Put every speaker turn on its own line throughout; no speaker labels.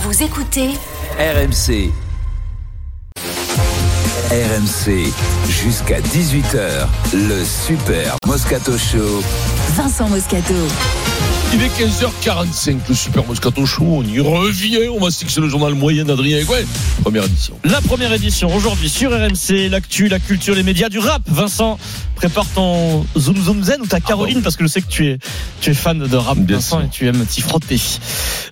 Vous écoutez
RMC. RMC, jusqu'à 18h, le super Moscato Show.
Vincent Moscato.
Il est 15h45, le Super Moscato Show. On y revient. On va se fixer le journal moyen d'Adrien Egouet. Première édition.
La première édition aujourd'hui sur RMC, l'actu, la culture, les médias, du rap. Vincent, prépare ton zoom zoom zen ou ta Caroline parce que je sais que tu es, tu es fan de rap,
Ah Bien
Vincent,
sûr.
et tu aimes t'y frotter.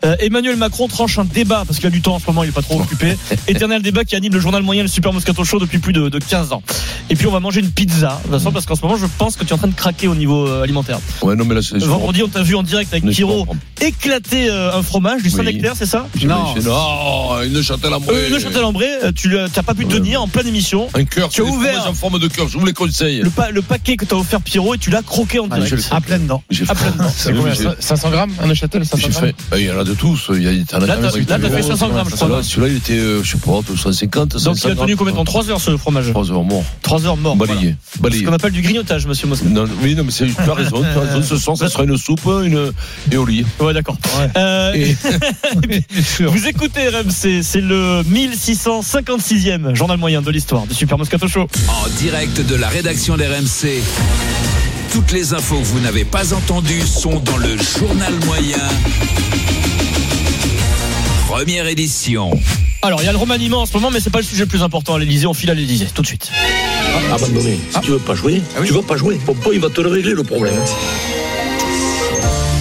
Euh, Emmanuel Macron tranche un débat parce qu'il a du temps en ce moment, il est pas trop occupé. Éternel débat qui anime le journal moyen, le Super Moscato Show depuis plus de, de 15 ans. Et puis on va manger une pizza, Vincent, parce qu'en ce moment je pense que tu es en train de craquer au niveau euh, alimentaire.
Ouais, non, mais là, c'est.
Vendredi, on t'a vu en direct avec
Mais je
Kiro
comprends.
éclater euh, un fromage du
Oui.
Saint-Nectaire, c'est ça
Non. Non, une châtelle à
Euh, le Chantal Ambré, euh, tu l'as- t'as pas pu te
Ouais.
tenir en pleine émission.
Un cœur.
Tu as
c'est des
ouvert.
fromages en forme de cœur. Je vous les conseille.
Le, pa- le paquet que t'as offert Pierrot et tu l'as croqué en
Ah, je le
direct.
croque. À
pleine dent.
J'ai
À pleine dent.
C'est bon, j'ai-
500 grammes, un Neuchâtel,
j'ai
500 grammes.
fait. Ben, Il y en a de tous. Il y a, t'en as quand
Là, t'as-
même
là, t'as fait 500 grammes, je crois.
Celui-là, celui-là, il était, euh, je sais pas, 250, 500
Donc il a tenu combien de temps 3 heures ce fromage
3 heures mort.
3 heures mort. voilà.
Balayé.
Ce
Balayé.
qu'on appelle du grignotage, monsieur Mosca.
Non, oui, non, mais c'est- tu as raison, tu as raison. Ce soir, ça sera une soupe, hein, une et au lit.
Ouais, d'accord. Euh,
Et-
vous écoutez RMC, c'est le 1656e journal moyen de l'histoire du Super Moscato Show.
En direct de la rédaction d'RMC. Toutes les infos que vous n'avez pas entendues sont dans le journal moyen. Première édition.
Alors, il y a le remaniement en ce moment, mais c'est pas le sujet le plus important à l'Elysée. On file à l'Elysée, tout de suite.
Ah,
Ah.
abandonné. Si tu veux pas jouer, tu veux pas jouer. Papa, il va te le régler le problème.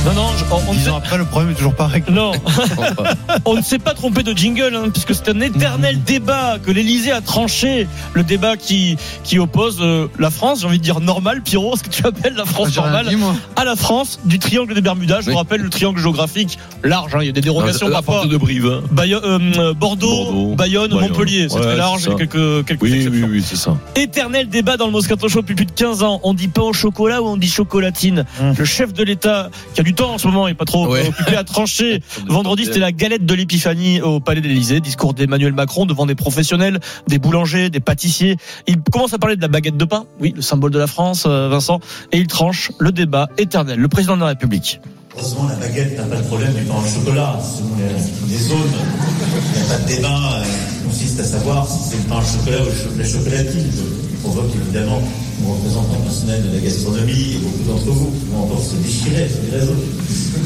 Non, non, je- on, on ne
Dix
sait-
ans après, le problème est toujours pas réglé.
Non, on ne s'est pas trompé de jingle, hein, puisque c'est un éternel
Mhm.
débat que l'Elysée a tranché. Le débat qui, qui oppose euh, la France, j'ai envie de dire normale, Pierrot, ce que tu appelles la France
J'ai rien
normale,
dit, moi.
à la France du triangle des Bermudas. Je
Oui.
vous rappelle le triangle géographique large, hein, il y a des dérogations
La- la
parfois.
porte de Brive. hein.
Bayo- euh, Bordeaux,
Bordeaux,
Bayonne,
Bayonne.
Montpellier, c'est
Ouais,
très
c'est
large,
ça.
il y a quelques, quelques
Oui, oui,
exceptions.
oui, c'est ça.
Éternel débat dans le Moscato Show depuis plus de 15 ans. On dit pain au chocolat ou on dit chocolatine
Mmh.
Le chef de l'État, qui a du temps en ce moment, il est pas trop
Ouais.
occupé à trancher. Vendredi, c'était la galette de l'épiphanie au Palais de l'Élysée. Discours d'Emmanuel Macron devant des professionnels, des boulangers, des pâtissiers. Il commence à parler de la baguette de pain, oui, le symbole de la France, euh, Vincent. Et il tranche le débat éternel. Le président de la République.
Heureusement, la baguette n'a pas le problème du pain au chocolat. Selon les, les zones, il n'y a pas de débat euh, qui consiste à savoir si c'est le pain au chocolat ou le cho- la chocolatine. Je provoque évidemment mon représentant personnel de la gastronomie et beaucoup d'entre vous qui vont encore se déchirer sur les réseaux.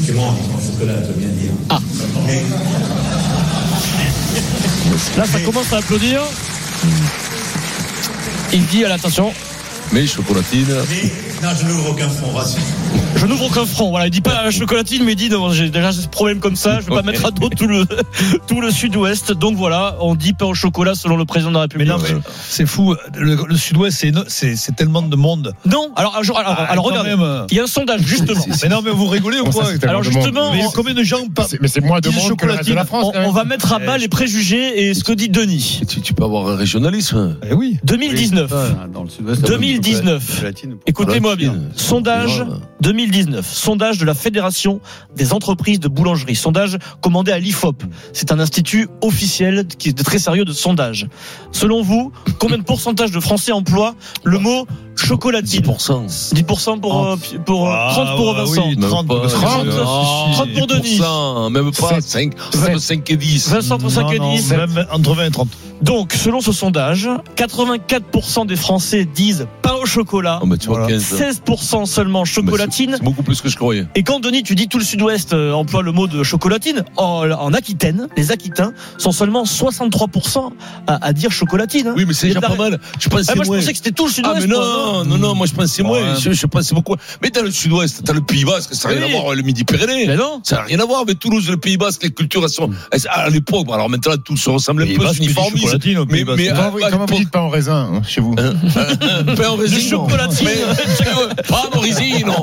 Tu manges du pain au chocolat, je veux bien dire. Mais
Là, ça commence à applaudir. Il dit à l'attention,
Mais chocolatine.
mais, non, je n'ouvre aucun front, rassure.
je n'ouvre aucun front. Voilà, il dit pas à la chocolatine, mais il dit non, j'ai déjà ce problème comme ça, je vais pas
Ok.
mettre à dos tout le, tout le sud-ouest. Donc voilà, on dit pain au chocolat selon le président de la République.
non, mais-
C'est fou. Le, le Sud-Ouest, c'est éno- c'est c'est tellement de monde.
Non, alors, alors, alors,
Ah,
alors,
quand
regardez,
même.
il y a un sondage justement.
Mais non, mais vous rigolez ou
Comment ça,
quoi
c'est tellement
Alors,
de monde
justement,
Mais
on-
combien de gens parlent Eh,
C'est- Mais c'est moins de
Dix
monde que le reste de la France.
on,
quand même.
on va mettre à bas les préjugés et ce que dit Denis.
Tu, tu peux avoir un régionalisme. hein,
Eh oui.
2019.
hein, Dans le sud-ouest,
2019. Écoutez-moi bien.
hein.
Sondage
euh.
2019. Sondage de la Fédération des entreprises de boulangerie. Sondage commandé à l'IFOP. C'est un institut officiel qui est très sérieux de sondage. Selon vous, combien de pourcentage de Français emploient le mot chocolatine
10%.
10% pour, euh, pi- pour, euh, 30 pour
Ah,
Vincent.
oui,
Même
30,
pas,
30,
non,
30 pour Denis.
10%, Même pas
Sept.
5, 5 et 10.
Vincent entre 5 et
Non, non,
10.
même entre 20 et 30.
Donc, selon ce sondage, 84% des Français disent pain au chocolat.
Oh,
Ah, bah, tu vois,
Voilà.
15.
16%
Oh,
seulement
Bah,
chocolatine.
c'est- C'est beaucoup plus que je croyais.
Et quand Denis, tu dis tout le sud-ouest euh, emploie le mot de chocolatine, en, en Aquitaine, les Aquitains sont seulement 63% à, à dire chocolatine. hein.
Oui, mais c'est
Il y a
déjà
de
pas
la-
mal. Je pensais
Ah, moi, je
moins.
pensais que c'était tout le
Ah,
sud-ouest.
mais
moi,
non,
hein.
non, non, moi je pensais moins. Je, je pensais beaucoup. Mais dans le sud-ouest, t'as le Pays-Basque, ça n'a rien
Oui. Eh,
à voir avec le Midi-Pyrénées.
Mais non.
Ça n'a rien à voir avec Toulouse, le Pays Basque, les cultures, elles sont. elles- à l'époque, bon, alors maintenant tout se ressemble un peu, c'est uniformisme.
chocolatine bah, au
Mais-
Pays Basque.
mais-
Comment vous-
Ah,
comment
pour-
vous dites pas en raisin hein, chez vous Euh,
Pain au résine.
chocolatine.
Mais- euh, Pas au résine, non. Pas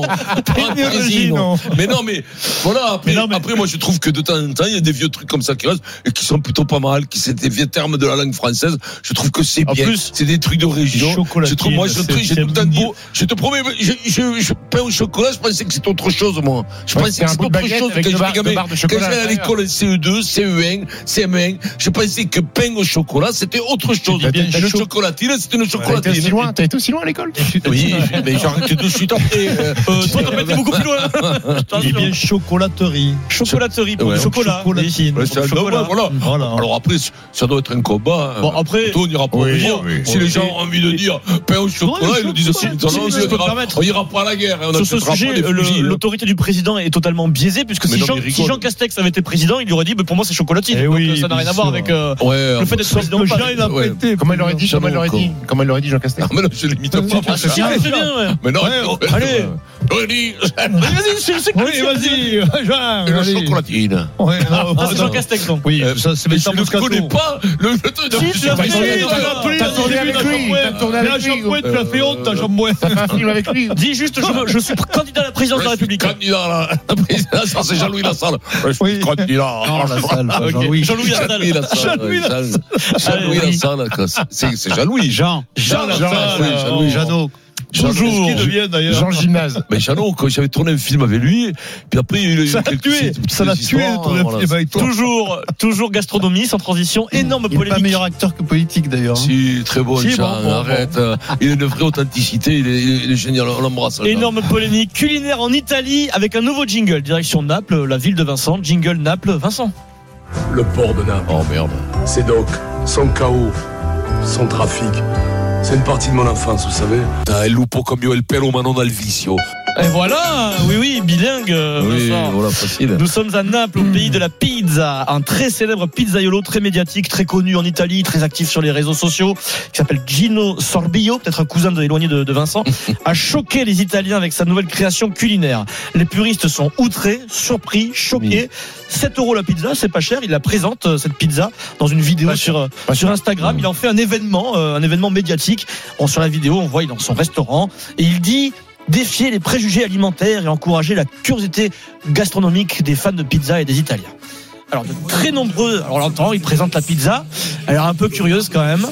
au
au
résine,
résine.
non.
Mais non, mais voilà. Après,
Mais non, mais-
après, moi, je trouve que de temps en temps, il y a des vieux trucs comme ça qui restent et qui sont plutôt pas mal, qui c'est des vieux termes de la langue française. Je trouve que c'est
En
bien.
plus,
C'est des trucs de région.
chocolatine,
Je trouve, moi, je
c'est-
trouve, j'ai
c'est
tout le temps de
mignon.
beau- Je te promets, je, je, je- pain au chocolat, je pensais que c'était autre chose, moi. Je
Ouais,
pensais
c'est
que
un
c'était
bout de
autre
baguette
chose
avec
quand
une barre-
j'étais
une
gamin.
barre de
Quand
chocolat à
j'allais à
l'intérieur.
l'école E CE2, CE1, CM1, E je pensais que pain au chocolat, c'était autre chose.
T'as- t'as-
Une
t'as-
chocolatine, c'était une
T'as été
chocolatine.
aussi loin, t'as été aussi loin à l'école
Oui, mais j'ai arrêté de suite après. euh,
Euh, toi, t'as été beaucoup plus loin. Je te
Il est
rassure.
bien chocolaterie.
Chocolaterie pour
Ouais.
le chocolat.
Chocolatine.
ouais, c'est un-
Chocolat.
non, voilà.
Voilà.
Alors après, ça doit être un combat.
Bon,
euh,
après.
plutôt, on ira pas
Oui,
au combat.
oui.
Si les gens ont envie de dire pain au chocolat,
Non, le
ils le disent aussi.
chocolat,
Ils disent,
si,
non,
mais
on
je peux
ira-
permettre.
On ira pas à la guerre. et on
Sur ce
achètera pas
sujet,
des
le-
fusils.
l'autorité du président est totalement biaisée, puisque
Mais
si
non,
Jean,
mais
si
rigole.
Jean Castex avait été président, il lui aurait dit bah, Pour moi, c'est chocolatine.
Eh
Donc,
oui,
euh, ça n'a rien
bien
à voir
sûr.
avec euh,
Ouais.
le fait d'être président. ou pas.
Ouais.
Comment il aurait dit Comment il aurait dit Comment il aurait dit Jean Castex
Ah, mais non, je l'imite pas.
Ah, si,
moi.
mais c'est bien, ouais.
Mais non,
Ouais,
non, euh,
allez.
non. Allez,
Vas-y, c'est- c'est-
Oui, vas-y, Jean.
Et le
allez.
chocolatine.
Ouais, non,
Ah, c'est
non.
Jean Castex, donc.
Oui,
Euh,
ça, c'est
Mais
mes
je ne
Moscato.
connais pas le le truc de-
Si, tu l'as
Mais
fait,
non,
oui,
mais-
l'as appelé,
T'as tourné
t'as
avec
tourné
lui,
avec
t'as
lui,
tourné
euh,
avec lui.
euh,
Jean-Pouet, tu l'as fait honte, ta Jean
T'as fait un film avec lui
Oh,
Dis juste Je, veux- je suis candidat à la présidence de la
Je suis
République.
candidat à la- à la présidence, c'est Jean-Louis Lassalle. Je suis
Oui.
candidat.
Ah, la salle,
Ok.
Jean-Louis.
Jean-Louis
Oh, Jean-Louis
Lassalle.
Lassalle. ouais, Jean- Jean-Louis
Allez, oui.
Lassalle, quoi. C'est c'est Jean-Louis.
Jean. Oh.
Jean Lassalle, oui, Jean-Louis.
Jeannot.
Jean-
Bonjour.
Qu'est-ce qu'il
devient d'ailleurs
Jean Gymnase.
Mais Jeannot, quand j'avais tourné un film avec lui, puis après il a eu
Ça l'a
quelques
tué.
petites-
Ça l'a
petites
tué
histoires,
ton
voilà.
film avec toi.
Toujours, toujours gastronomie, sans transition, énorme
Il est pas
polémique.
meilleur acteur que politique d'ailleurs. hein.
Si, très bon,
Si,
Jean,
bon, bon, bon.
arrête. euh, Il a une vraie authenticité, il est, il est- il est génial, on l'embrasse. Jean.
Énorme polémique culinaire en Italie avec un nouveau jingle. Direction Naples, la ville de Vincent. Jingle Naples, Vincent.
Le port de Naples,
Oh merde.
c'est donc sans chaos, sans trafic. C'est une partie de mon enfance, vous savez.
Ah, El lupo comme El pelo mano dal vicio.
Et voilà, oui, oui, bilingue, euh,
Oui,
Vincent.
voilà, facile.
Nous sommes à Naples, au pays de la pizza, un très célèbre pizzaiolo, très médiatique, très connu en Italie, très actif sur les réseaux sociaux, qui s'appelle Gino Sorbillo, peut-être un cousin de éloigné de, de Vincent, a choqué les Italiens avec sa nouvelle création culinaire. Les puristes sont outrés, surpris, choqués. 7 euros la pizza, c'est pas cher. Il la présente euh, cette pizza dans une vidéo sur euh, sur Instagram. Il en fait un événement, euh, un événement médiatique. Bon, sur la vidéo, on voit il est dans son restaurant et il dit défier les préjugés alimentaires et encourager la curiosité gastronomique des fans de pizza et des Italiens. Alors de très nombreux, alors on l'entend, il présente la pizza, elle est un peu curieuse quand même.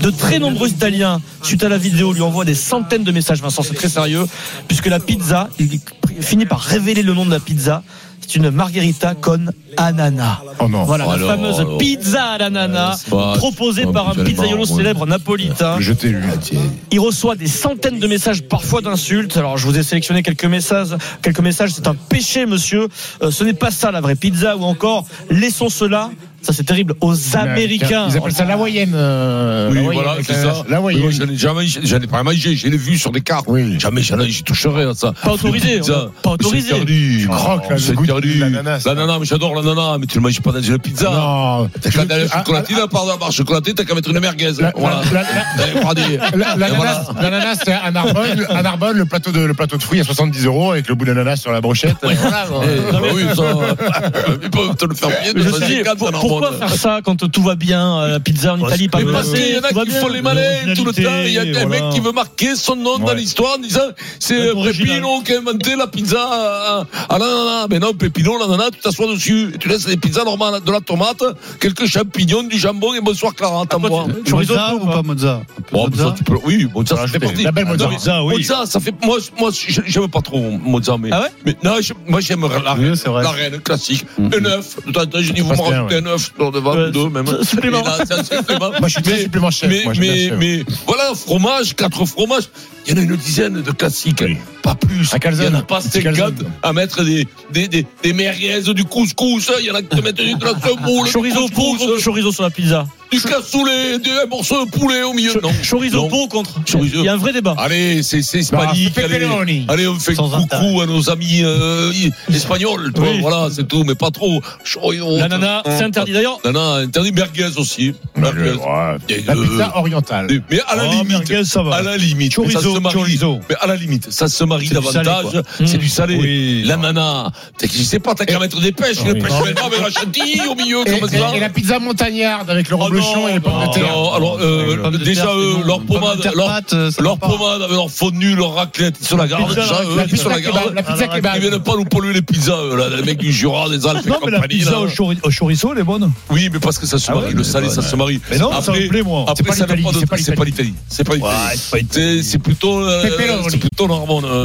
De très nombreux Italiens, suite à la vidéo, lui envoient des centaines de messages, Vincent, c'est très sérieux, puisque la pizza, il finit par révéler le nom de la pizza, c'est une margherita con ananas.
Oh non.
Voilà,
Alors,
la fameuse
alors.
pizza à l'ananas,
Ouais, c'est pas-
proposée
c'est
par un
pas
pizzaiolo
tellement, ouais.
célèbre napolitain.
Je t'ai
Ah,
lu.
Il reçoit des centaines de messages, parfois d'insultes. Alors, je vous ai sélectionné quelques messages. Quelques messages, c'est un péché, monsieur. Euh, ce n'est pas ça la vraie pizza, ou encore, laissons cela. Ça, c'est terrible aux Américains.
Ils appellent ça l'hawaïenne. euh,
Oui,
l'hawaïenne,
voilà,
avec
c'est
la-
ça. Oui, moi,
L'hawaïenne.
j'en ai jamais, j'en ai pas mangé, j'ai les vues sur des cartes.
Oui.
Jamais, j'en ai, j'y toucherai à ça.
Pas autorisé,
Les pizzas,
pas
mais
autorisé.
C'est interdit.
Tu croques, là,
C'est
le goût de
interdit.
l'ananas.
L'ananas, mais j'adore l'ananas, mais tu le manges pas dans une pizza.
Non.
T'as qu'à aller à la
Ah,
chocolatine, à part dans la barre chocolatée, t'as qu'à mettre une merguez.
La-
Voilà.
la- la-
Eh, regardez.
La-
Et voilà.
L'ananas, l'ananas, c'est un arbol, un arbol, le plateau de, le plateau de fruits à 70 euros avec le bout d'ananas sur la brochette. Voilà,
Eh, bah oui, ça, euh, ils peuvent te le faire payer de
Je me suis dit,
54
pour-
en
pourquoi
hormones.
faire ça quand tout va bien euh, La pizza en Italie, pas
mais
de
parce qu'il y en
tout
a
va
qui font les
bien.
malins tout le temps. Il y a un
voilà.
mec qui veut marquer son nom dans
Ouais.
l'histoire en disant c'est euh,
être original.
Pépino qui a inventé la pizza à, à l'ananas. Mais non, Pépino, l'ananas, tu t'assois dessus. Et tu laisses des pizzas normales, de la tomate, quelques champignons, du jambon et bonsoir Clara, t'en bois.
Chorizo
Mozart ou pas Mozart Un peu
Bon,
Mozart
ça, tu peux- Oui, Mozart, ça fait
ajouter.
partie.
La belle
Non,
Mozart.
mais-
Mozart, oui.
Mozart, ça fait. Moi, je- moi je- j'aime pas trop Mozart, mais.
Ah ouais
mais non, je- moi, j'aime la, la,
Oui, c'est vrai.
la reine classique. Un œuf. De temps en temps, j'ai dit, vous
passe
me
bien,
rajoutez un œuf, dans devant,
Euh,
deux, même.
c'est- supplément.
Et là, c'est un supplément.
Moi, je suis très
Mais-
supplément chef.
mais,
Moi, je suis bien
mais,
chef.
mais voilà, fromage, quatre fromages. Il y en a une dizaine de classiques, hein. pas plus.
Un
Il
calzone.
y en a pas
Un petit
50
calzone.
à mettre des, des, des, des merguez, du couscous. hein. Il y en a qui te mettent du glace moule,
Chorizo
du
pour
couscous,
contre chorizo sur la pizza.
du cassoulet, du- un morceau de poulet au milieu. Non.
Chorizo
Non.
pour contre.
Chorizo.
Il y a un vrai débat.
Allez, c'est c'est hispanique. allez,
pepperoni.
allez, on fait
Sans
coucou à nos amis euh, i- espagnols. toi,
Oui.
Voilà, c'est tout, mais pas trop. Ah,
L'ananas, c'est interdit d'ailleurs.
L'ananas, interdit. Merguez aussi.
Mais le-
Merguez.
ouais.
Et,
La
euh,
pizza orientale.
Mais à la
Oh,
limite.
merguez, ça va.
À la limite. Ça,
Chorizo.
se marie. Mais à la limite, ça se marie
C'est du salé,
davantage.
quoi.
C'est
Mmh.
du salé.
Oui.
L'ananas, t'as je sais pas, t'as qu'à mettre des pêches, des
Oui.
pêches maintenant avec la chantilly au milieu,
Et,
comme ça.
et- et la pizza montagnarde avec le
Oh
reblochon
non,
et les pommes
non,
de terre.
non, alors, euh, déjà, eux, leur pommade, leur, leur pommade, avec leur fondue, leur raclette, ils se la gardent.
Pizza,
déjà,
raclette,
eux,
La
ils se
pizza
la
kebab.
gardent.
La pizza
Ils
kebab.
viennent pas nous polluer les pizzas, eux, là, les mecs du Jura, des Alpes et
Non, mais la
compagnie.
pizza
là.
au chori- au chorizo, elle est bonne.
Oui, mais parce que ça se
Ah
marie,
ouais,
le
mais
salé,
bon,
ça se marie.
Mais non, ça me plaît, moi.
Après,
pas
ça n'a
l'Italie,
pas de
c'est pas
c'est pas l'Italie. C'est pas l'Italie. C'est- C'est plutôt, euh,
Pepperoni.
c'est plutôt normand. euh,